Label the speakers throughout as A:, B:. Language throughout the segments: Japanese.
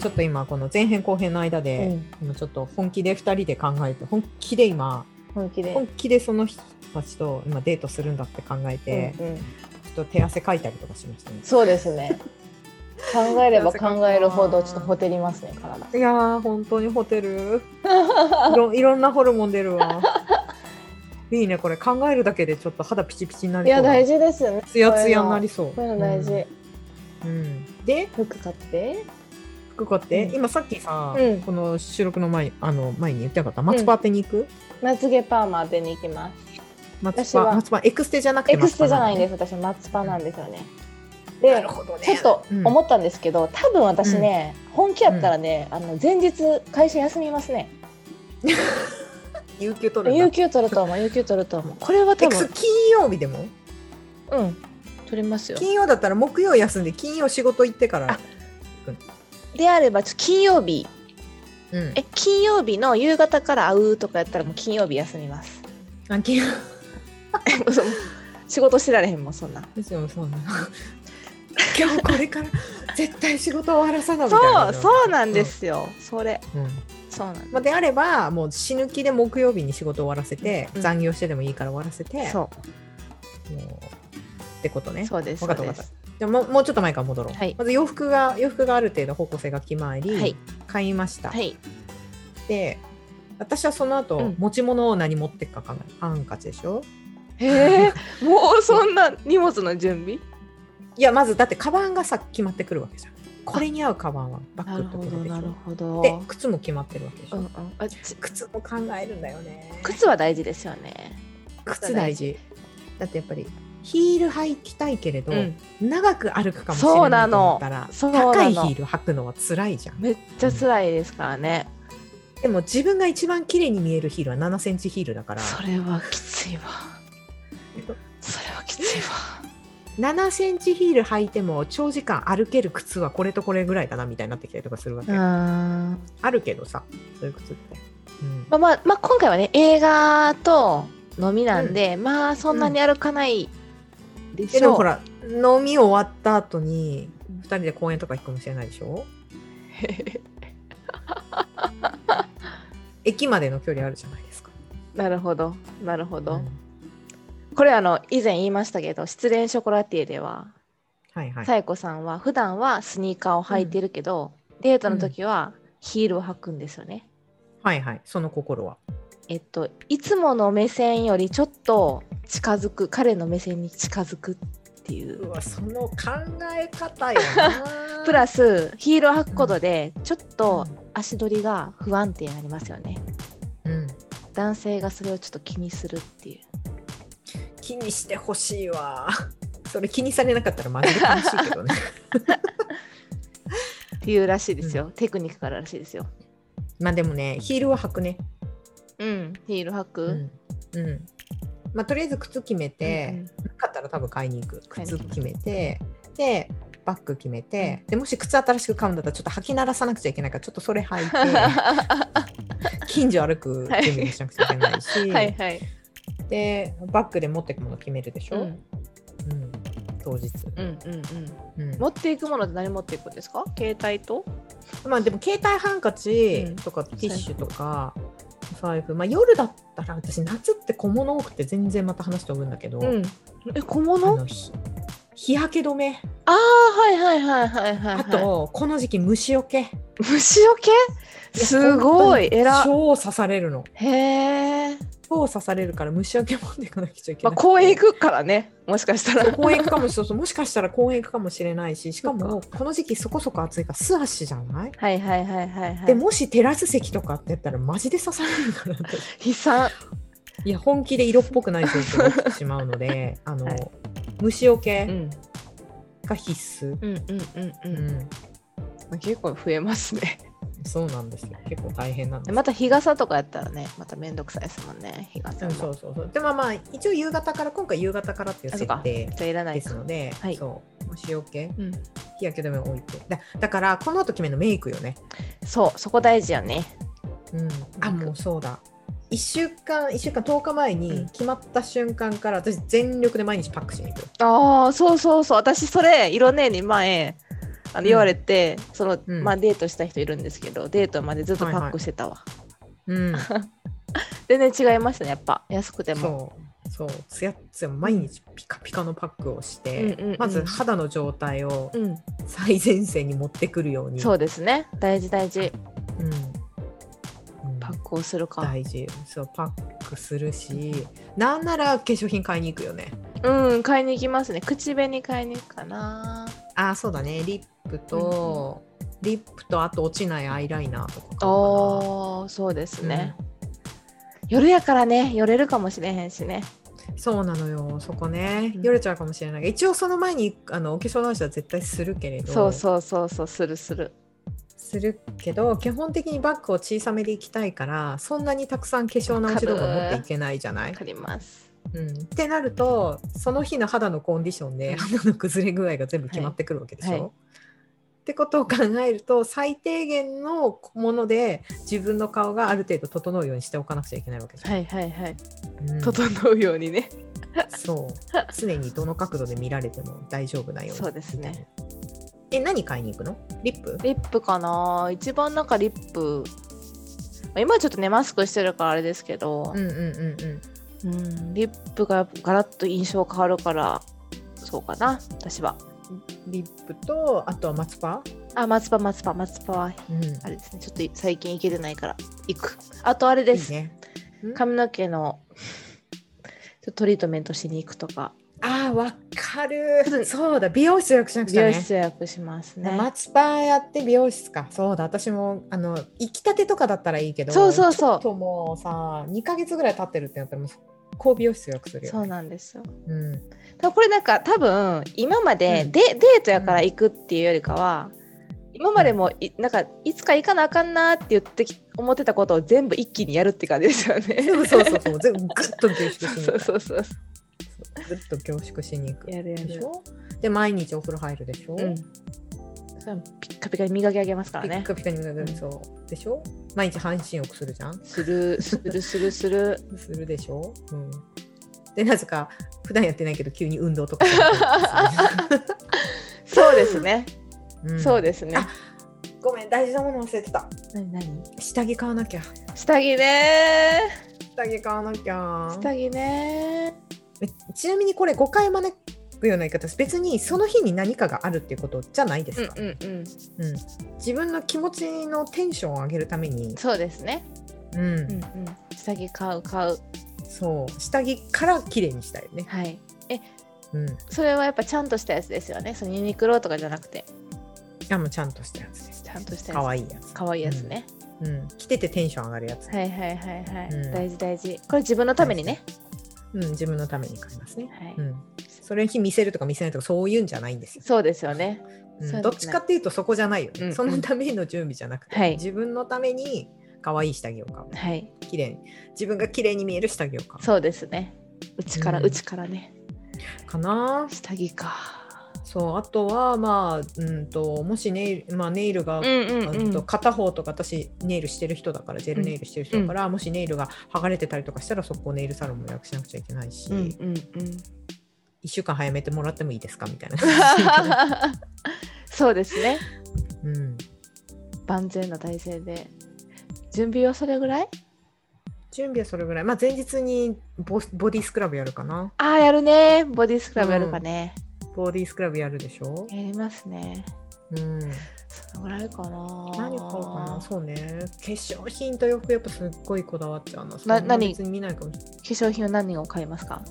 A: ちょっと今この前編後編の間で、今ちょっと本気で2人で考えて本気で今
B: 本気で
A: 本気でその人たちと今デートするんだって考えて、
B: うんうん
A: ちょっと手汗かいたりとかしましたね。
B: そうです ね考えれば考えるほどちょっとほてりますね体
A: いやー本当にホテ ルいろいろんなホルモン出る わ。いいねこれ考えるだけでちょっと肌ピチピチになり
B: いや大
A: 事
B: 事ですね
A: ツヤツヤになりそう。
B: こういうの大事、
A: うん、うんで
B: 服買って
A: 福子って、
B: うん
A: 今さっきさ、
B: うん
A: この収録の前あの前に言ってなかった松葉当てに行く、
B: まつげパーマ当てに行きます
A: 松
B: 私は
A: 葉松葉エクステじゃなくて。
B: エクステじゃないんですす私松葉なんですよね
A: な
B: で
A: るほどね。
B: ちょっと思ったんですけど、多分私ね、本気やったらね、あの前日会社休みますね、
A: 有給取るんだ
B: 有給取ると思う有給取ると思うこれは多
A: エクス
B: 分
A: 金曜日でも
B: うん取れますよ
A: 金曜だったら木曜休んで金曜仕事行ってから
B: あ。であればちょっと金曜日
A: うん。
B: え金曜日の夕方から会うとかやったらもう金曜日休みます
A: あ金曜
B: 嘘仕事してられへんもんそんな
A: ですよそうな。 今日これから絶対仕事終わらさなみたい
B: そ
A: な。
B: うそうなんで。すよ、それ
A: うん。
B: そうなんで
A: まあ、であればもう死ぬ気で木曜日に仕事終わらせて、
B: うん
A: 残業してでもいいから終わらせて
B: すそ
A: もうってこと
B: う
A: ね
B: そうです
A: わかった
B: そう
A: わ
B: で
A: かっ
B: す
A: たじゃあもうもうちょっと前から戻ろう、
B: はい
A: まず洋服が洋服がある程度方向性が決まり、
B: はい
A: 買いました、
B: はい
A: で私はその後、
B: うん
A: 持ち物を何持ってくか考えるハンカチでしょ
B: へえもうそんな荷物の準 備
A: いやまずだってカバンがさ決まってくるわけじゃんこれに合うカバンはバッグってことでしょ
B: ほど
A: で靴も決まってるわけでしょ、
B: うんうん、あち
A: 靴も考えるんだよね
B: 靴は大事ですよね。
A: 靴大事だってやっぱりヒール履きたいけれど、
B: うん、
A: 長く歩くかもし
B: そう
A: れな
B: ないの
A: と思ったら
B: そうなの
A: 高いヒール履くのは辛いじゃん
B: めっちゃ辛いですからね。
A: でも自分が一番綺麗に見えるヒールは7センチヒールだから
B: それはきついわ。それはきついわ。
A: 7センチヒール履いても長時間歩ける靴はこれとこれぐらいだなみたいになってきたりとかするわけ、
B: ま
A: あるけどさそういう靴って、うん
B: あまあ、まあ、今回はね映画と飲みなんで、まあそんなに歩かないで
A: え
B: し
A: でも
B: ょ
A: ほ
B: う。
A: ら飲み終わった後に2人で公園とか行くかもしれないでし ょ駅までの距離あるじゃないですか、
B: なるほどなるほ
A: う
B: ど。
A: ん
B: これあの以前言いましたけど失恋ショコラティエでは
A: はいはい
B: さえこさんは普段はスニーカーを履いてるけど、デートの時はヒールを履くんですよね。
A: はいはいその心は
B: えっと、いつもの目線よりちょっと近づく彼の目線に近づくっていう
A: うわその考え方や な
B: プラスヒールを履くことでちょっと足取りが不安定になりますよね
A: うん、
B: 男性がそれをちょっと気にするっていう
A: 気にしてほしいわそれ気にされなかったらマジで楽しいけどね
B: っていうらしいですよ、テクニックかららしいですよ
A: まあでもねヒールは履くね
B: うんヒール履く、
A: うん、うんまあ、とりあえず靴決め
B: うんう
A: て、
B: ん
A: なかったら多分買いに行く
B: 買いに
A: 靴
B: 行きます
A: 決めてでバッグ決めて、でもし靴新しく買うんだったらちょっと履き慣らさなくちゃいけないからちょっとそれ履い て近所歩く準備もしなくちゃいけないし、
B: はいはい、
A: でバッグで持ってくもの決めるでし
B: う
A: ょ、
B: ん、
A: う
B: うん
A: ん当日、
B: うんうん
A: うん
B: 持っていくものって何持っていくんですか携帯と
A: まあでも携帯ハンカチとかティッシュとか、財布まあ夜だったら私夏って小物多くて全然また話飛ぶんだけど、
B: んえ小
A: あ
B: 物
A: のひ日焼け止め
B: ああはいはいはいはいはい、はい、
A: あと、この時期虫よけ
B: 虫除けすごい
A: え
B: 偉
A: ら
B: っ
A: 超刺されるの
B: へえ、
A: 超刺されるから虫よけ持っていかなくちゃいけ
B: ま
A: な
B: あ、
A: い、
B: 公園行くからねもしかしたら
A: 公園行くかもしれないもしかしたら公園行くかもしれないししか
B: そ
A: もこの時期そこそこ暑いから素足じゃない、
B: はいはいはいはいはい
A: でもしテラス席とかってやったらマジで刺される から私
B: 悲惨
A: いや本気で色っぽくない状況になってしまうのであの、
B: はい
A: 虫よ
B: う
A: け
B: ん
A: が必須、
B: うんうんうんう
A: うん
B: ん、まあ結構増えますね
A: そうなんですよ結構大変なんです
B: また日傘とかやったらねまためんどくさいですもんね日
A: う
B: 傘
A: ん
B: も
A: そうそうそうでもまあ一応夕方から今回夕方からっていう
B: あそ
A: 設
B: うか
A: 定
B: じゃあいらな
A: で
B: い
A: す
B: か
A: ので、
B: はい
A: そう虫よけ
B: うん、
A: 日焼け止めを置いてだだからこの後決めるのメイクよね、
B: そうそこ大事よね
A: うん、あ
B: メイク
A: もうそうだ1週間1週間10日前
B: う
A: に
B: ん
A: 決まった瞬間から私全力で毎日パックしに行く
B: ああそうそうそう私それ色ねえに前あ
A: ん
B: の言われて、その、
A: うん
B: まあ、デートした人いるんですけどデートまでずっとパックしてたわ、
A: うん、
B: 全然違いましたねやっぱ安くても
A: そうそうつやっつや毎日ピカピカのパックをして、
B: うんうんうん
A: まず肌の状態を
B: うん、
A: 最前線に持ってくるように
B: そうですね大事大事
A: うんうん
B: パックをするか
A: 大事そうパックするしなんなら化粧品買いに行くよね
B: うん買いに行きますね口紅買いに行くかな
A: あーそうだねリップと、リップとあと落ちないアイライナーとか買おうかな
B: おーそうですね、夜やからね寄れるかもしれへんしね
A: そうなのよそこね
B: うん
A: よれちゃうかもしれないが一応その前にあのお化粧直しは絶対するけれど
B: そうそうそうそうするする
A: するけど基本的にバッグを小さめでいきたいからそんなにたくさん化粧直し道具を持っていけないじゃない
B: わかります
A: うん、ってなるとその日の肌のコンディションで肌の崩れ具合が全部決まってくるわけでしょ、
B: はいはい
A: ってことを考えると最低限のもので自分の顔がある程度整うようにしておかなくちゃいけないわけじゃん。
B: はいはいはい、
A: うん
B: 整うようにね
A: そう常にどの角度で見られても大丈夫なように
B: そうですね
A: え何買いに行くのリップ
B: リップかな一番なんかリップまあ今ちょっとねマスクしてるからあれですけど
A: う、んうんうんうん
B: うん、リップがガラッと印象変わるからそうかな私は
A: リップとあとはマツパ、
B: あ松葉松葉松葉は
A: うん、
B: あれですねちょっと最近行けてないから行くあとあれです
A: いいね
B: 髪の毛のちょっとトリートメントしに行くとか
A: あーわか
B: ちょっ
A: る
B: と
A: そうだ美容室予約しなくち
B: 美
A: ゃね
B: 容室予約しますね
A: マツパンやって美容室かそうだ私もあの行きたてとかだったらいいけど
B: そうそう
A: ち
B: そ
A: ょっともうさ2ヶ月ぐらい経ってるってなったらもう速攻美容室予約す
B: う
A: るよ
B: そうなんですよ
A: うん
B: ただこれなんか多分今まで
A: うん
B: で、デートやから行くっていうよりかは今までもいなんかいつか行かなあかんなって言ってき思ってたことを全部一気にやるって感じですよね
A: そうそうそうそう全部グッと凝縮しに行く
B: そうそうそうそ
A: グッと凝縮しに行く
B: うやるや
A: でし
B: る
A: ょで毎日お風呂入るでしょ、
B: うんそれはピッカピカに磨き上げますから
A: ピッ
B: ね
A: カピカになるそうでしょ毎日半身浴するじゃん
B: するするするす る
A: するでしょ、うん、でなぜか普段やってないけど急に運動とか やったりす
B: そうですね、
A: る、ん
B: そうですね
A: あごめん大事なもの忘れてた
B: 何何
A: 下着買わなきゃ
B: 下着ねー
A: 下着買わなきゃ
B: 下着ね
A: えちなみにこれ誤解招くような言い方です別にその日に何かがあるっていうことじゃないですか、
B: うんうんうん
A: 自分の気持ちのテンションを上げるために、
B: そうですね
A: うん
B: うんうん下着買う買う
A: そう下着から綺麗にしたいよね、
B: はい
A: うん、い
B: それはやっぱちゃんとしたやつですよねそのユニクロとかじゃなくて
A: やもうちゃんとしたやつです
B: ちゃんとしたやつ
A: 可愛いやつ、
B: 可愛いやつね、
A: うん、着ててテンション上がるやつ、
B: はいはいはいはい、
A: うん
B: 大事大事これ自分のためにね
A: うん、自分のために買いますね、
B: はい、
A: うん、それに見せるとか見せないとかそういうんじゃないんですよ、
B: そうですよね
A: うん
B: そうですね
A: どっちかっていうとそこじゃないよね、
B: うん
A: そのための準備じゃなくて、
B: はい
A: 自分のために可愛い下着を買う
B: はい
A: 綺麗に自分が綺麗に見える下着を買
B: そうですね内から
A: うん
B: 内からね
A: うかな
B: 下着か
A: そうあとはまあうんともしネイル,、まあ、ネイルが、
B: う
A: うん
B: んうんうん
A: と片方とか私ネイルしてる人だからジェルネイルしてる人だから、もしネイルが剥がれてたりとかしたらそこをネイルサロンも予約しなくちゃいけないし、
B: う
A: 一
B: んうんうん
A: 1週間早めてもらってもいいですかみたいな、
B: そうですね
A: うん、
B: 万全な体制で準備はそれぐらい
A: 準備はそれぐらい、まあ、前日にボボディスクラブやるかな
B: ああやるねボディスクラブやるかね、
A: ボディスクラブやるでしょ、
B: やりますね
A: うん、
B: そのぐらいかな
A: 何買おうかなそうね化粧品と洋服やっぱすっごいこだわっちゃうなそんな
B: 何
A: 別に見ないかもしれない
B: 化粧品は何を買いますか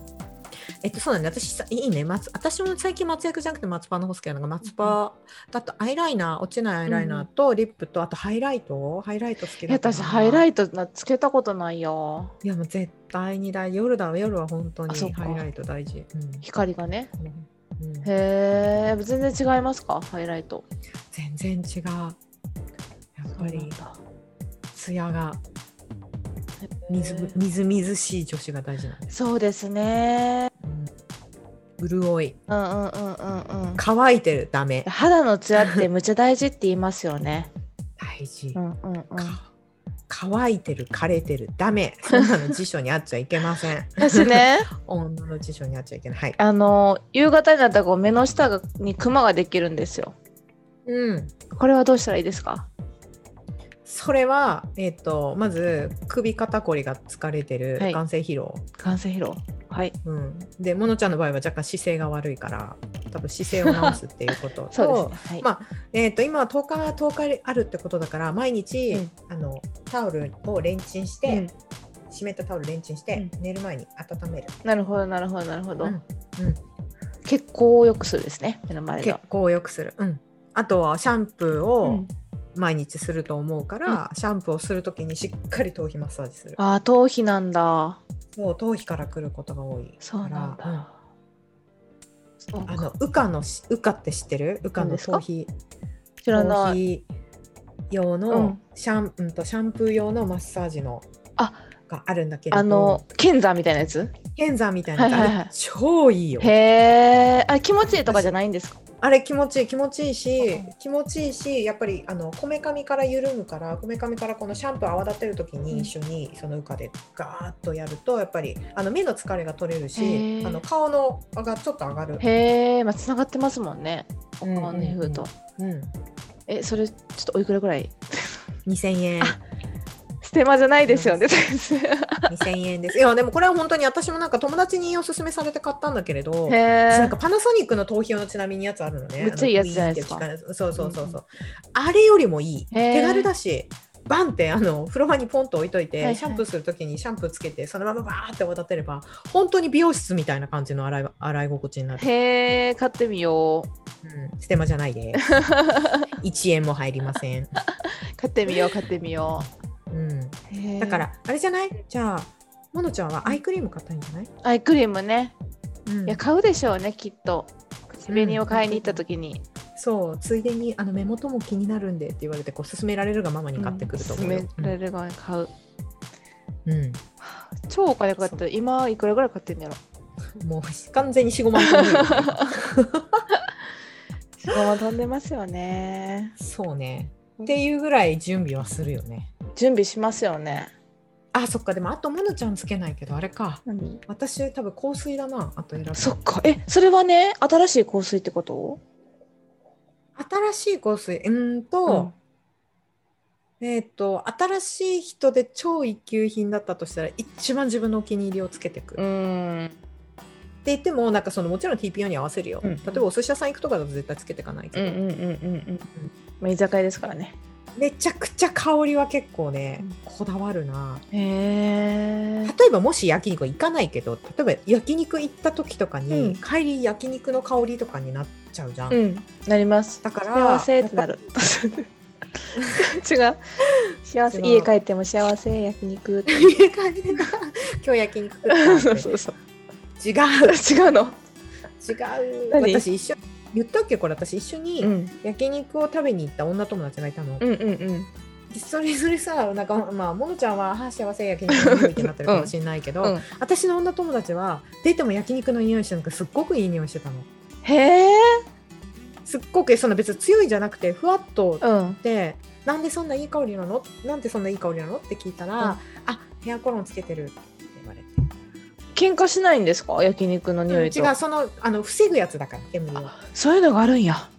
A: えっと、そうなんで、私さ、いいね、松、私も最近松役じゃなくて松葉の方好きなのが、松葉、だとアイライナー、落ちないアイライナーと、リップと、あとハイライトハイライト好き
B: い
A: だ
B: や
A: から
B: 私ハイラ
A: イ
B: イトなつけたことないよ
A: いや、もう絶対にだ、夜だ、夜は本当
B: あそっ
A: に
B: か
A: ハイライト大事。うん
B: 光がね
A: うん
B: へえ全然違いますかハイライト
A: 全然違う。やっぱり、ツヤが、みず
B: そうなんだ、へー
A: みずみずしい女子が大事なんです。
B: そうですね
A: うん、潤い。
B: うんうんうんうんうん
A: 乾いてる、ダメ。
B: 肌のツヤってむっちゃ大事って言いますよね
A: 大事。
B: うんうんうん
A: か乾いてる枯れてるダ メそんなの辞書にあっちゃいけません
B: 私ね
A: 女の辞書にあっちゃいけないはい
B: あの夕方になったらこう目の下がにクマができるんですよ
A: ううん、
B: これはどうしたらいいですか
A: それは、えっとまず首肩こりが疲れてる
B: はい
A: 眼性疲労、
B: 眼性疲労はい
A: うん、でモノちゃんの場合は若干姿勢が悪いから多分姿勢を直すっていうことと
B: そうですね、はい
A: まえっと今は10日10日あるってことだから毎日、
B: うん
A: あのタオルをレンチンし
B: う
A: て、
B: ん
A: 湿ったタオルレンチンして、
B: う
A: 寝る前に温める、
B: なるほどなるほどなるほど、
A: うん
B: 血行を良くするですね目の前
A: 血
B: の
A: 行を良くする、うん、あとはシャンプー
B: う
A: を
B: ん
A: 毎日すると思うから、シャンプーをするときにしっかり頭皮マッサージする
B: あー頭皮なんだ
A: そう頭皮から来ることが多い
B: そうなん
A: からうん
B: だ、そう
A: あ
B: か
A: のウカのしウカって知ってるウカ
B: 何
A: の
B: ですか
A: 頭皮
B: 知ら
A: 頭
B: ない
A: 皮用
B: う
A: の
B: ん
A: シャン、うん、とシャンプー用のマッサージの
B: あ
A: があるんだけれど
B: あの剣山みたいなやつ
A: 剣山みたいなやつ、
B: はいはいはい
A: あれ超いいよ
B: へえあ気持ちいいとかじゃないんですか
A: あれ気持ちいい気持ちいいし、
B: うん
A: 気持ちいいしやっぱりあのこめかみから緩むからこめかみからこのシャンプー泡立てる時
B: うん
A: に一緒にそのウカでガーッとやるとやっぱりあの目の疲れが取れる
B: へ
A: し
B: ー
A: あの顔のがちょっと上がる。
B: へえまあつながってますもんねお
A: うんうんうん
B: 顔の皮膚と、
A: うん、
B: えそれちょっとおいくらぐらい
A: 2000円
B: ステマじゃないですよね 先生
A: 2000円ですいやでもこれは本当に私もなんか友達におすすめされて買ったんだけれど
B: へ
A: なん
B: え
A: かパナソニックの頭皮用のちなみにやつあるのね。
B: めっちゃいいやつじゃないですか
A: あの。ウィーンって力そうそうそうそう。あれよりもいい。
B: へー
A: 手軽だし。バンってあの風呂場にポンと置いといて、
B: はいはい
A: シャンプーするときにシャンプーつけてそのままバーって渡ってれば本当に美容室みたいな感じの洗い洗い心地になる、
B: へえ買ってみよ
A: うん、ステマじゃない です1円も入りません、
B: う買ってみよう買ってみよ
A: うん、
B: うへー
A: だからあれじゃないじゃあモノちゃんはアイクリーム買ったんじゃない、
B: アイクリームね
A: うん
B: いや買うでしょうねきっと口ニを買いに行った時に、
A: そうついでにあの目元も気になるんでって言われてこう勧められるがママに買ってくると思うよ、
B: 勧められる側に買う、
A: うん、
B: 超お金かかってる今いくらぐらい買ってんのやろ
A: もう完全に4、5万飛んでる
B: 5万飛んでますよね
A: そうね。っていうぐらい準備はするよね。
B: 準備しますよね
A: あ、そっか。でもあとモノちゃんつけないけど、あれか。
B: 何
A: 私多分香水だな。あと選ぶ。
B: そっかえそれはね新しい香水ってこと
A: 新しい香水。うーんと、えっ、と、新しい人で超一級品だったとしたら、一番自分のお気に入りをつけてく。っ
B: う
A: て
B: んうん
A: 言っても、なんかそのもちろん TPO に合わせるよ。
B: うん
A: 例えばお寿司屋さん行くとかだと絶対つけていかないけ
B: うんう
A: ど。
B: んうんうんまあ居酒屋ですからね
A: めちゃくちゃ香りは結構ね
B: うん、
A: こだわるな。
B: へえ
A: 例えばもし焼肉行かないけど例えば焼肉行った時とかに、
B: うん
A: 帰り焼肉の香りとかになっちゃうじゃん、
B: うんなります
A: だから
B: 幸せって なる違う幸せ
A: 違う
B: 家帰っても幸せ焼肉って
A: 家帰りながら今日焼肉食ったって
B: そうそうそう
A: 違
B: 違うの
A: う違う
B: 何
A: 私一緒言ったっけこれ私一緒
B: う
A: に
B: ん
A: 焼肉を食べに行った女友達がいたの、
B: うんうんうん
A: それぞれさなんかまあものちゃんはあー幸せ 焼肉の匂いってなってるかもしれないけど、
B: うんうん
A: 私の女友達は出ても焼肉の匂いしてるのがすっごくいい匂いしてたの
B: へえ
A: すっごくその別に強いじゃなくてふわっと
B: うん
A: でなんでそんないい香りなのなんでそんないい香りなのって聞いたら、
B: うん
A: あヘアコロンつけてるって言われて
B: 喧嘩しないんですか焼肉の匂いと、
A: うん違うそのあの防ぐやつだから煙を
B: あそういうのがあるんや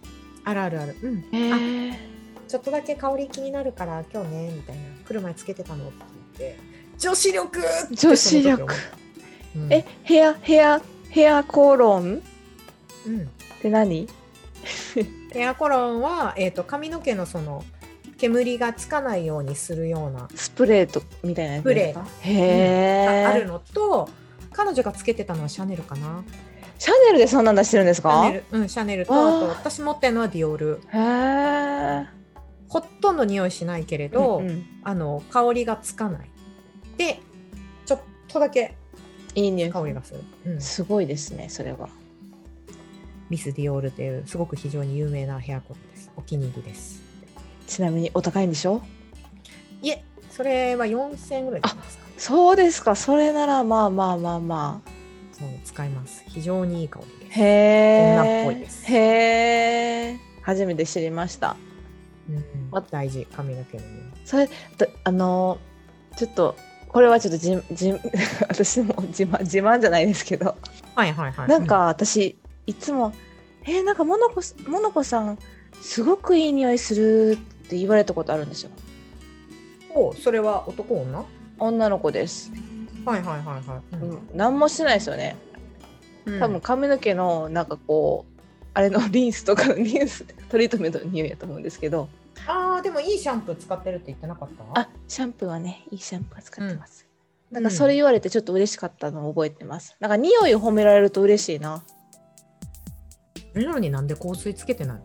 A: あるあるあるうん
B: へえ
A: ちょっとだけ香り気になるから今日ねみたいな来る前つけてたのって言って女子力って
B: 女子力
A: その時思ったうん、
B: えヘアヘアヘアコロン
A: うん、
B: って何
A: ヘアコロンは、えー、と髪の毛のその煙がつかないようにするような
B: スプレーとみたいなやつですかへ
A: あ
B: え、
A: あるのと彼女がつけてたのはシャネルかな
B: シャネルでそんなん出してるんです
A: シャ
B: か
A: ネル、うん、シャネルと
B: わあ
A: あと私持ってるのはディオール
B: へえ
A: ほとんど匂いしないけれど、
B: うんうん
A: あの香りがつかないでちょっとだけ
B: いい匂い
A: 香りがする、うん
B: すごいですねそれは
A: ミス・ディオールというすごく非常に有名なヘアコットですお気に入りです
B: ちなみにお高いんでしょ
A: いえそれは4000円ぐらいじゃないですか
B: そうですかそれならまあまあまあまあ
A: そう使います非常にいい香りです、
B: へえ
A: 女っぽいです
B: へえ初めて知りました
A: うん
B: ま
A: 大事髪の毛の匂い
B: それだあのちょっとこれはちょっとじじ 私も自慢自慢じゃないですけど
A: はいはいはい
B: なんか私いつも「えーなんかモノコモノコさんすごくいい匂いするって言われたことあるんですよ
A: おそれは男女はい
B: 女の子です、
A: はいはいはい。
B: うん、何もしてないですよね
A: うん
B: 多分髪の毛のなんかこうあれのリンスとか のリンストリートメントの匂いやと思うんですけど
A: ああでもいいシャンプー使ってるって言ってなかった
B: あシャンプーはねいいシャンプーは使ってます、なんかそれ言われてちょっと嬉しかったのを覚えてますなんか匂いを褒められると嬉しいな
A: なのになんで香水つけてないの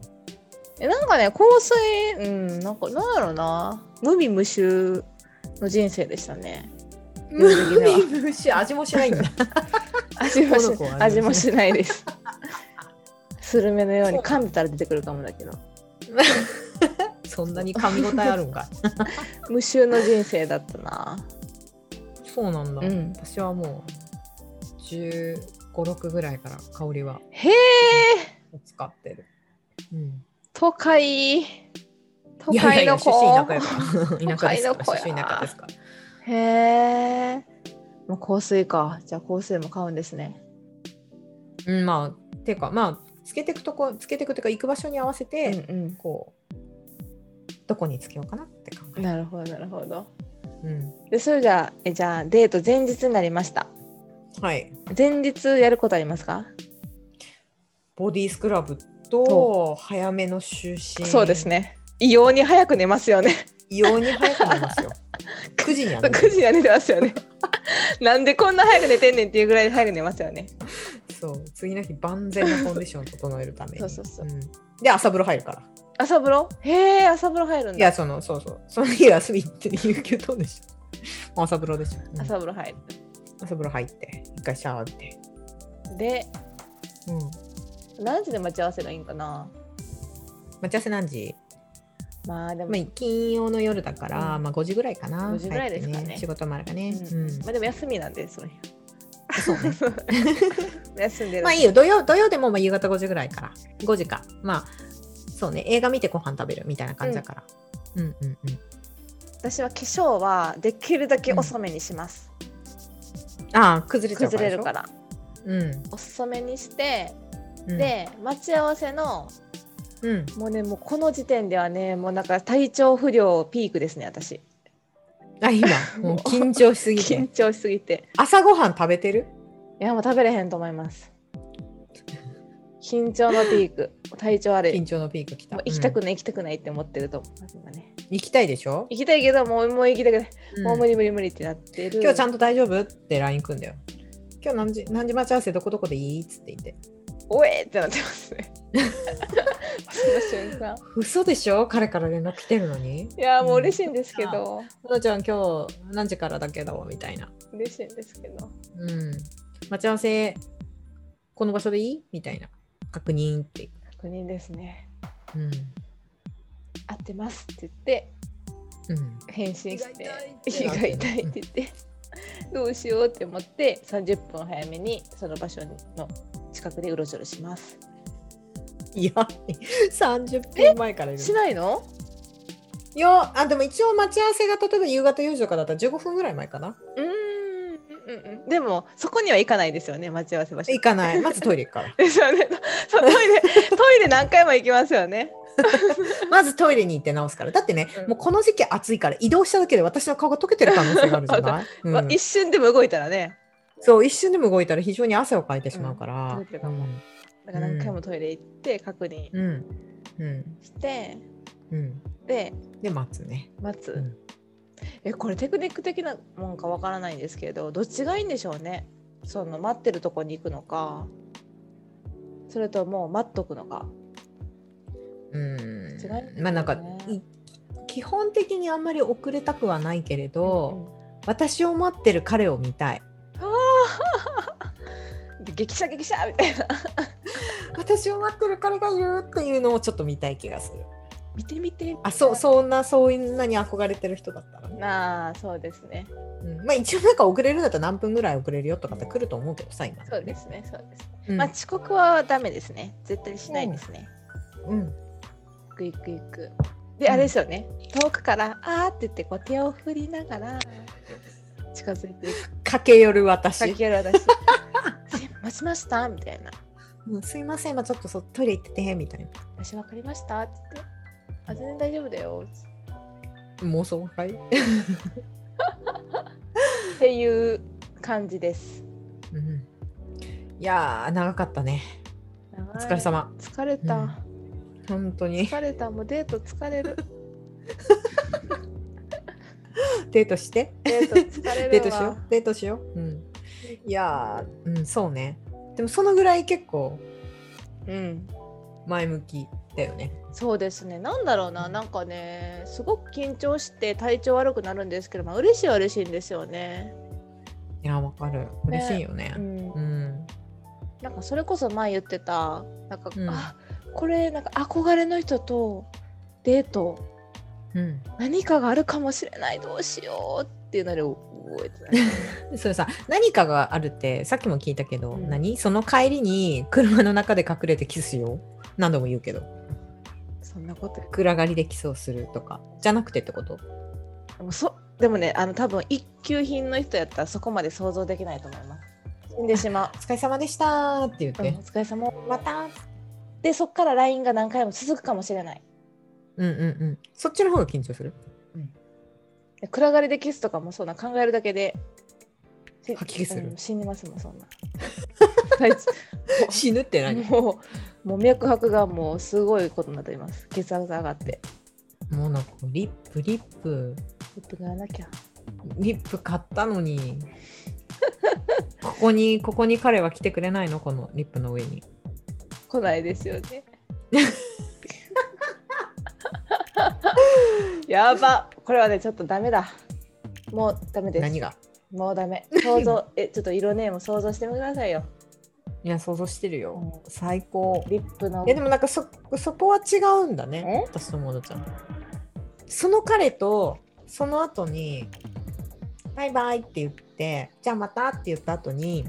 B: えなんかね香水うんなんかなんだろうな無味無臭の人生でしたね
A: 無味 無臭味もしないんだ
B: 味もし
A: 男は味
B: 味
A: も
B: も
A: し
B: しないですスルメのように
A: そう
B: 噛んでたら出てくるかもだけど
A: そんなに噛み応えあるんかい
B: 無臭の人生だったな
A: そうなんだ、
B: うん
A: 私はもう1 5 6ぐらいから香りは
B: へえ
A: 使ってる、うん、
B: 都会都
A: いやいや
B: 会
A: いや
B: の
A: 出
B: 子
A: 身田舎やから 田舎
B: 都
A: で
B: 会
A: す
B: の
A: か
B: 子
A: ら
B: や
A: 出身田舎ですから
B: へえもう香水かじゃあ香水も買うんですね
A: うんまあていうかまあつけてくとこつけてくというか行く場所に合わせて、
B: うん
A: こうどこにつけようかなって考
B: うんなるほどなるほど
A: える、うん、
B: でそれじゃあえじゃあデート前日になりました
A: はい
B: 前日やることありますか
A: ボディスクラブ
B: と
A: と早めの就寝
B: そうですね異様に早く寝ますよね
A: 異様に早く寝ます よ9時には寝
B: 9
A: る
B: 時には寝てま すよねなんでこんな早く寝てんねんっていうぐらい早く寝ますよね
A: そう次の日万全なコンディションを整えるために
B: そうそうそうん
A: で朝風呂入るから
B: 朝風呂へえ朝風呂入るん
A: い
B: だ
A: やそのそうそうその日休みって有給取るでしょ もう朝風呂でしょ、うん
B: 朝風呂入
A: 朝風呂入って一回シャワー浴びて、
B: るで
A: うん、
B: 何時で待ち合わせがいいんかな
A: 待ち合わせ何時、
B: まあでも、
A: まあ、金曜の夜だから、
B: うん
A: まあ5時ぐらいかな
B: 5時ぐらいですか
A: 入
B: ね
A: って仕事もあるからね、
B: う
A: うん
B: んまあでも休みなんでその日
A: そうね
B: 休んで る
A: まあいいよ土曜土曜でもまあ夕方5時ぐらいから5時かまあそうね映画見てご飯食べるみたいな感じだから、うん、うんうん
B: 私は化粧はできるだけ遅めにします、
A: ああ崩れちゃう
B: 崩れるからら
A: でしょ
B: 遅めにして、
A: うん、うん、
B: で待ち合わせの
A: うん、
B: もうねもうこの時点ではねもうなんか体調不良ピークですね私
A: あ今もう緊張しすぎ
B: 緊
A: て
B: 張しすぎて
A: 朝ごはん食べてる
B: いやもう食べれへんと思います緊張のピーク体調悪い
A: 緊
B: も
A: 張のピーク来た
B: う行きたく
A: うん
B: ない、行きたくないって思ってると思います今ね
A: 行きたいでしょ、
B: 行きたいけどもうもう行きたくない、
A: うん
B: もう無理無理無理ってなってる
A: 今日ちゃんと大丈夫って LINE 来んだよ今日何時何時待ち合わせどこどこでいいっつって言って
B: おえってなってま すねその瞬間
A: 嘘でしょ彼から連絡来てるのに
B: いやもう嬉しいんですけど、
A: ほのちゃん今日何時からだけどみたいな
B: 嬉しいんですけど
A: うん待ち合わせこの場所でいいみたいな確認って
B: 確認ですね
A: うん
B: 合ってますって言って
A: うん
B: 返信して
A: 胃
B: 胃が
A: が
B: 痛
A: 痛
B: い
A: い
B: っ
A: ってて
B: 言ってどうしようって思って30分早めにその場所の近くでうろちょろします
A: いや30分前からいる
B: しないの
A: いやあでも一応待ち合わせが例えば夕方4時とかだったら15分ぐらい前かな
B: うーんうんうんでもそこには行かないですよね待ち合わせ場所
A: 行かないまずトイレ行くから
B: ですよねそうトイ レトイレ何回も行きますよね
A: まずトイレに行って直すからだってね、
B: うん
A: もうこの時期暑いから移動しただけで私の顔が溶けてる可能性があるじゃない、うん
B: まあ一瞬でも動いたらね
A: そう一瞬でも動いたら非常に汗をかいてしまうから、
B: うん
A: う
B: 溶けてるかも
A: ん
B: だから何回もトイレ行って確認
A: うんうん
B: して
A: うん
B: で
A: で待つね
B: 待つ、
A: うん
B: えこれテクニック的なもんかわからないんですけどどっちがいいんでしょうねその待ってるとこに行くのかそれとも待っとくのか
A: うん
B: 違いますよね
A: まあなんかい基本的にあんまり遅れたくはないけれど、私を待ってる彼を見たい
B: うんで激写激写みたいな
A: 私を待ってる彼が言うっていうのをちょっと見たい気がする
B: 見て見て
A: あそう そんなそんなに憧れてる人だったらね、
B: なあそうですね
A: うん、まあ一応なんか遅れるんだったら何分ぐらい遅れるよとかって来ると思うけどさ今
B: そうですねそうですね、
A: うん
B: まあ遅刻はダメですね絶対しないですね、
A: うん
B: 行く行く行くであれですよね、遠くから「あ」って言ってこう手を振りなが ら近づいていく
A: 駆け寄る私
B: 先やる私え待ちましたみたいな
A: うんすいません、今ちょっとそトイレ行ってて、みたいな。
B: 私分かりましたって言ってあ全然大丈夫だよつっ
A: 妄想かい
B: てっていう感じです
A: うんいやー、長かったね。
B: お
A: お疲れ様。
B: 疲れた、
A: うん本当に。
B: 疲れたもうデート疲 れる
A: デートして。
B: デート疲れ
A: デート
B: るわ
A: しよう。デートしよう。うん。いやー、うん、そうね。でもそのぐらい結構
B: うん
A: 前向きだよね。
B: そうですねなんだろうななんかねすごく緊張して体調悪くなるんですけどまあ嬉しいは嬉しいんですよね
A: いや、わかる。嬉しいよね
B: う。ん
A: うん。
B: なんかそれこそ前言ってたなんか、
A: うん
B: あこれなんか憧れの人とデート
A: うん。
B: 何かがあるかもしれないどうしようっていうので覚えてない
A: それさ何かがあるってさっきも聞いたけど、
B: うん
A: 何その帰りに車の中で隠れてキスよう何度も言うけど
B: そんなこと
A: 暗がりでキスをするとかじゃなくてってこと
B: でもそでもねあの多分一級品の人やったらそこまで想像できないと思います死んでしま
A: 「お疲れ様でした」って言っ
B: う、うんお
A: て
B: 疲れ様
A: 「また」
B: でそっから LINE が何回も続くかもしれない
A: うんうんうんそっちの方が緊張する
B: で暗がりでキスとかもそうな考えるだけでし
A: 吐き気する
B: うん死にますもんそ んな体調
A: 死ぬって何
B: もうもう脈拍がもうすごいことになっています血圧が上がって
A: もうなんかリップリップ
B: リップ塗らなきゃ
A: リップ買ったのに ここにここに彼は来てくれないのこのリップの上に
B: 来ないですよね やばこれはねちょっとダメだもうダメです
A: 何が
B: もうダメ想像えちょっと色ねも想像してみてくださいよ
A: いや想像してるよ最高
B: リップの
A: いやでもなんかそそこは違うんだね
B: え
A: 私とモノちゃんその彼とその後に「バイバイ」って言って「じゃあまた」って言った後に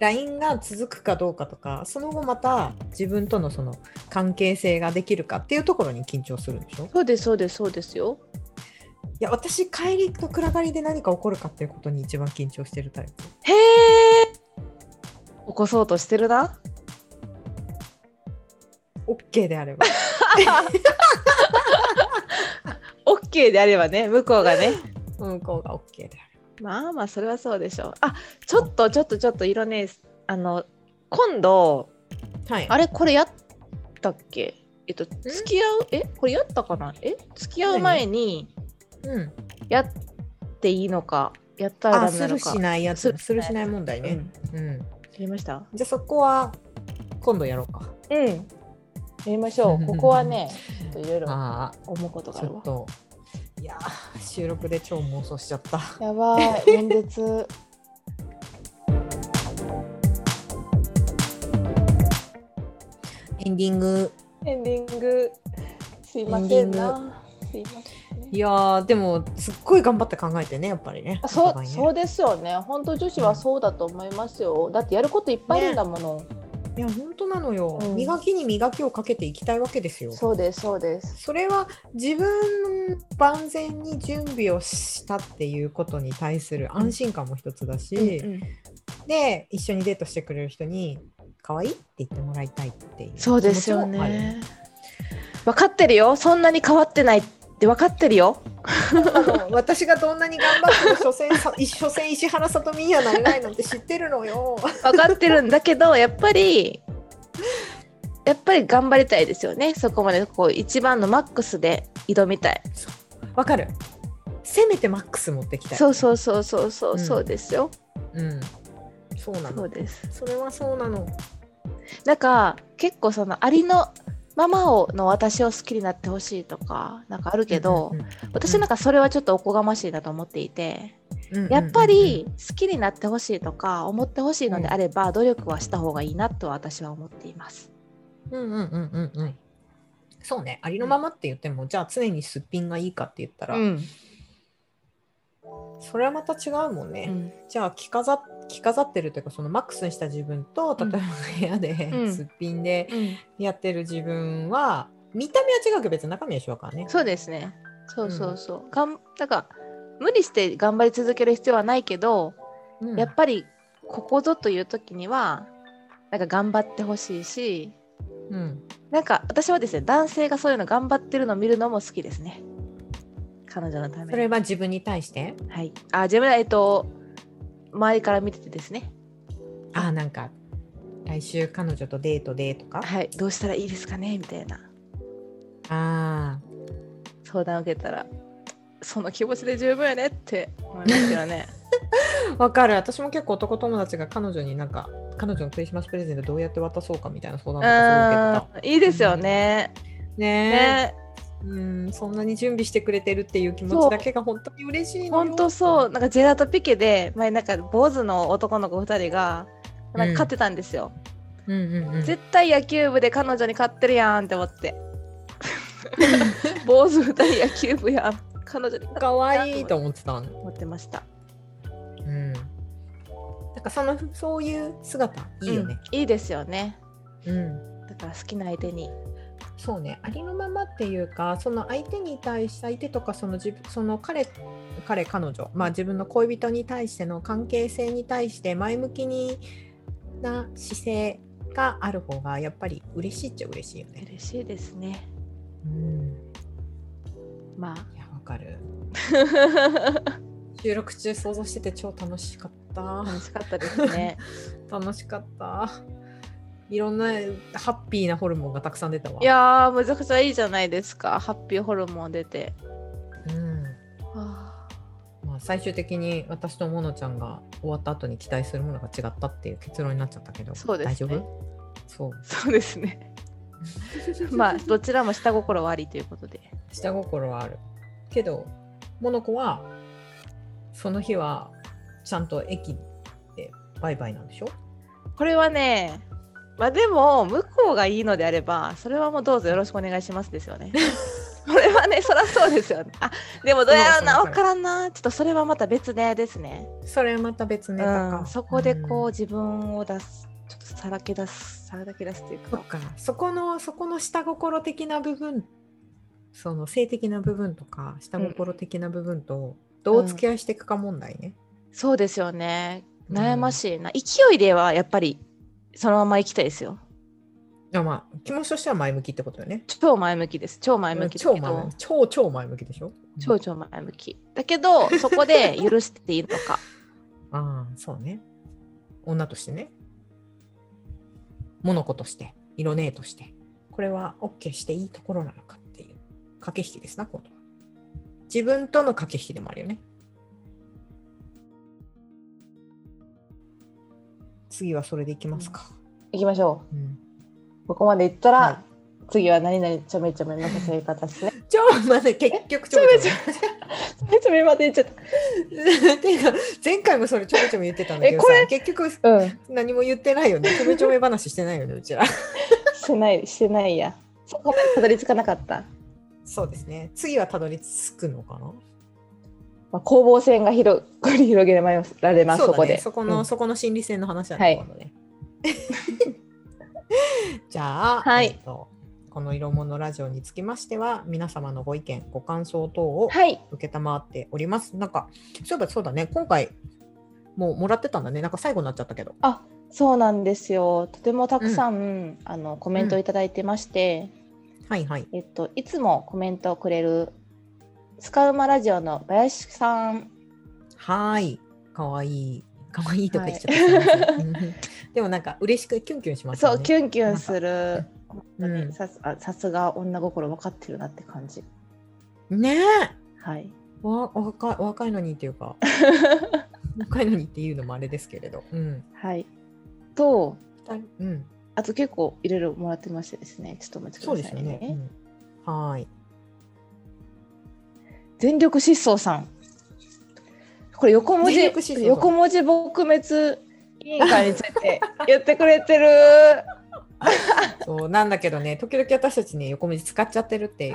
A: LINE が続くかどうかとかその後また自分とのその関係性ができるかっていうところに緊張するんでしょい
B: そうですそうですそうですよ
A: や私帰りと暗がりで何か起こるかっていうことに一番緊張してるタイプ
B: へえ起こそうとしてるな
A: OK であ れば
B: OK であればね向こうがね
A: 向こうが OK であれ
B: まあまあそれはそうでしょう。あちょっとちょっとちょっと色ねあの今度
A: ばはい
B: あれこれやったっけえっと付き合うえこれやったかなえ付き合う前に
A: うん、
B: やっていいのかやったら
A: あ
B: ダメ
A: す
B: なの
A: る
B: か。
A: しないや
B: す
A: つ
B: る
A: するしない問題ね、うん
B: やりました
A: じゃあそこは今度やろうか。
B: うんやりましょ う。ここはねちょっといろいろ
A: あ
B: 思うこと
A: あ、
B: があ
A: ち
B: る
A: ょ
B: わ
A: っ。と。いやー、収録で超妄想しちゃった。
B: やば い演説。
A: エンディング。
B: エンディングすいません
A: エン
B: な。すいませんね
A: いやー、でも、すっごい頑張って考えてね、やっぱりね。
B: あそ
A: お
B: う
A: 互いね
B: そうですよね本当女子はそうだと思いますよ、だってやることいっぱいあるんだもの、
A: いや、本当なのよ、
B: うん
A: 磨きに磨きをかけていきたいわけですよ。
B: そうですそうです
A: それは自分万全に準備をしたっていうことに対する安心感も一つだし、
B: うんうん
A: で一緒にデートしてくれる人に可愛いって言ってもらいたいっていう
B: そうですよ
A: 気持ちもある
B: ね分かってるよそんなに変わってないって分かってるよ
A: あの 私がどんなに頑張っても所詮さ 一所詮石原さとみにはなれないなんて知ってるのよ。
B: 分かってるんだけど やっぱりやっぱり頑張りたいですよねそこまでこう一番のマックスで挑みたい
A: わかる。せめてマックス持ってきたい。
B: そうそうそうそうそうそう
A: うん
B: ですよ、
A: うん。そうな
B: そう
A: の。
B: です
A: それはそうなの。
B: なんか結構そのありのままをの私を好きになってほしいとかなんかあるけど、
A: うんうん
B: 私なんかそれはちょっとおこがましいなと思っていて、
A: うんうんうん
B: やっぱり好きになってほしいとか思ってほしいのであれば、努力はした方がいいなとは私は思っています。
A: うんうんうんうんうん。そうね。ありのままって言っても、じゃあ常にすっぴんがいいかって言ったら、
B: うん
A: それはまた違うもん
B: う
A: ね。
B: ん
A: じゃあ着飾っ着飾ってるというかそのマックスにした自分と例えば部屋
B: う
A: で
B: ん
A: すっぴんで
B: うん
A: やってる自分は見た目は違うけど別に中身は一緒だからね。
B: そうですねそうそうそう、がんだから無理して頑張り続ける必要はないけど、
A: うん
B: やっぱりここぞという時にはなんか頑張ってほしいし
A: うん。
B: なんか私はですね男性がそういうの頑張ってるのを見るのも好きですね彼女のために
A: それは自分に対して
B: はいあ自分はえっと周りから見ててですね
A: ああ、なんか、来週彼女とデートでとか。
B: はいどうしたらいいですかねみたいな
A: ああ、
B: 相談を受けたらその気持ちで十分やねって思いますけどね
A: わかる。私も結構男友達が彼女になんか、彼女のクリスマスプレゼントどうやって渡 そうかみたいな相談とかすごい受けて
B: うんいいですよね、
A: た。ねえ、
B: ね
A: うん、そんなに準備してくれてるっていう気持ちだけが本当に嬉しいのよ
B: 本当そうなんかジェラートピケで前なんか坊主の男の子2人がなんか勝ってたんですよ、
A: うんうんうん、
B: 絶対野球部で彼女に勝ってるやんって思って 坊主2人野球部やん彼女に勝ってるやん
A: 可愛いと思ってたの。
B: 思ってました
A: うん。なんかそのそういう姿いいよね。、
B: うんいいですよね
A: うん。
B: だから好きな相手に
A: そうね。ありのままっていうか、その相手に対して相手とかその自分その彼彼彼女、まあ自分の恋人に対しての関係性に対して前向きにな姿勢がある方がやっぱり嬉しいっちゃ嬉しいよね。
B: 嬉しいですね
A: うん。
B: まあ
A: いやわかる。収録中想像してて超楽しかった。
B: 楽しかったですね。
A: 楽しかった。いろんなハッピーなホルモンがたくさん出たわ。
B: いやー、むちゃくちゃいいじゃないですか。ハッピーホルモン出て。
A: うん
B: あ
A: まあ、最終的に私とモノちゃんが終わった後に期待するものが違ったっていう結論になっちゃったけど、
B: そうですね
A: 大丈夫そう。
B: ーそうです ね。 まあ、どちらも下心はありということで。
A: 下心はある。けど、モノコはその日はちゃんと駅でバイバイなんでしょ
B: これはね、まあでも、向こうがいいのであれば、それはもうどうぞよろしくお願いしますですよね。 これはね、そらそうですよね。あでもどうやらな、
A: そうそうそう
B: わからんな。ちょっとそれはまた別でですね。
A: それまた別ネタか。
B: うん、そこでこう、自分を出す、ちょっとさらけ出す、さらけ出すっていう
A: そ
B: か
A: っ。かそこのそこの下心的な部分その性的な部分とか下心的な部分とどう付き合いしていくか問題ね。
B: そうですよね。
A: うん
B: 悩ましいな。勢いではやっぱりそのまま行きたいですよ。
A: あまあ気持ちとしては前向きってことよね。
B: 超前向きです。超前向きだ
A: 超
B: け
A: 前
B: ど
A: 向き。超超前向きでしょ。
B: 超超前向き。だけど、そこで許していいのか。
A: ああそうね。女としてね。モノコとして色姉としてこれは OK していいところなのかっていう駆け引きですな今度は。自分との駆け引きでもあるよね。次はそれでいきますか。
B: 行きましょ
A: うん
B: う。ここまで行ったら、
A: は
B: 次は何々ちょめちょめの誘い方ですね。
A: い、ちょまだ結局ちょめちょ
B: ちょめちょめまで言っちゃっ
A: め。 ていうか前回もそれちょめちょめ言ってたんだけどさ
B: えこれ
A: 結局
B: た。うん。
A: 何も言ってないよね。ちょめちょめ話してないよねうちら。
B: してない、してないや。そこまでたどり着かなかった。
A: そうですね。次はたどり着くのかな。
B: まあ、攻防戦が広繰り広げられます。られます
A: そ
B: そう
A: だ
B: こ
A: ね
B: で。
A: そこの、
B: うん
A: そこの心理戦の話だ
B: は
A: ね。
B: い
A: 今度ね じゃあ、
B: はい
A: えっとこの色物ラジオにつきましては皆様のご意見ご感想等を
B: はい。
A: 受けたまっております。なんかそういえばそうだね今回もうもらってたんだねなんか最後になっちゃったけど。
B: そうなんですよ。とてもたくさん、あのコメントをいただいてまして、
A: はいはい。
B: えっといつもコメントをくれるスカウマラジオの林さん、
A: はーい。かわいい。かわいいとか言っちゃった。すいませんうんでもなんか嬉しくキュンキュンします
B: そ
A: よ
B: う
A: ね。
B: キュンキュンする。
A: う
B: 本当
A: ん
B: にさすあさすが女心分かってるなって感じ。
A: ねえ。
B: はい。
A: わお若いお若いのにっていう か若いのにっていうのもあれですけれど、うん
B: はい。と
A: うん、
B: あと結構いろいろもらってましてですね。ちょっとお待ちく
A: そう
B: だ
A: です
B: さ
A: よ
B: いね
A: ね。。うんはーい
B: 全力疾走さん。これ横文字
A: 全力疾走さん
B: 横文字撲滅委員会につい て言ってくれてる。
A: そうなんだけどね時々私たちね横道使っちゃってるっ ていう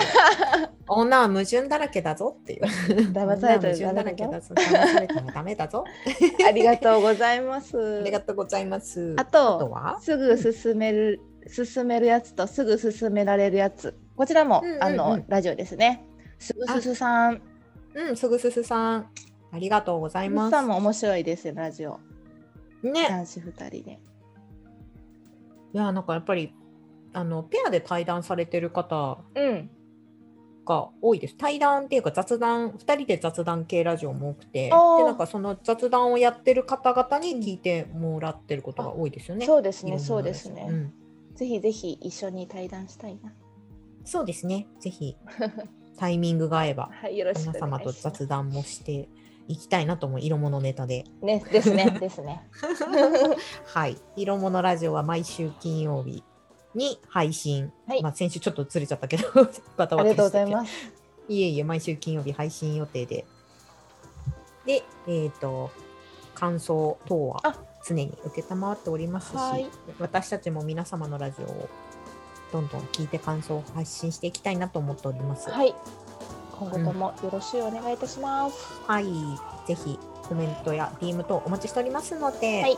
A: 女は矛盾だらけだぞっていう
B: 騙されたら
A: 女は矛盾だら
B: ダメ
A: け
B: だぞ
A: だぞ騙されてもダメだ ぞ
B: ありがとうございます。
A: ありがとうございます
B: あ
A: あと
B: と、
A: は
B: すぐ進める、進めるやつとすぐ進められるやつ。こちらも、
A: うんうんうん
B: あのラジオですね。すぐすすさん、
A: うんすぐすすさんありがとうござい
B: す
A: ま
B: ぐ
A: す
B: さんも面白いですよ、ラジオ。
A: ね
B: 男子二人で。
A: いやなんかやっぱりあのペアで対談されてる方
B: うん。
A: が多いです対談っていうか雑談2人で雑談系ラジオも多くてで
B: あー
A: なんかその雑談をやってる方々に聞いてもらってることが多いですよね。
B: そうです
A: いろん
B: ね、
A: な
B: そうです
A: う
B: ね。
A: ん、
B: ぜひぜひ一緒に対談したいな。
A: そうですねぜ ひタイミングが合えば
B: はい、よろしく
A: 皆
B: お願
A: 様
B: いし
A: と
B: ます。
A: 雑談もしていきたいなとも色物ネタ で。
B: ね、ですね、で すね。
A: はい、色物ラジオは毎週金曜日に配信、
B: はい
A: まあ、先週ちょっとずれちゃったけど バタバ
B: あり
A: タ
B: がとうご
A: し
B: ざ
A: た
B: い
A: けど
B: ます。
A: いえいえ毎週金曜日配信予定ででえっ、と感想等は
B: あ
A: 常に承っておりますし
B: はい
A: 私たちも皆様のラジオをどんどん聞いて感想を発信していきたいなと思っております。
B: はい。今後ともよろしくお願いいたします。
A: はい、ぜひコメントや DM 等お待ちしておりますので、
B: はい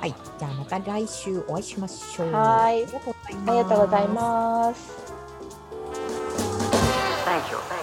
A: はい、じゃあまた来週お会いしましょう。
B: はい
A: ありがとうございます。
B: ありがとうございます。
A: 大丈夫。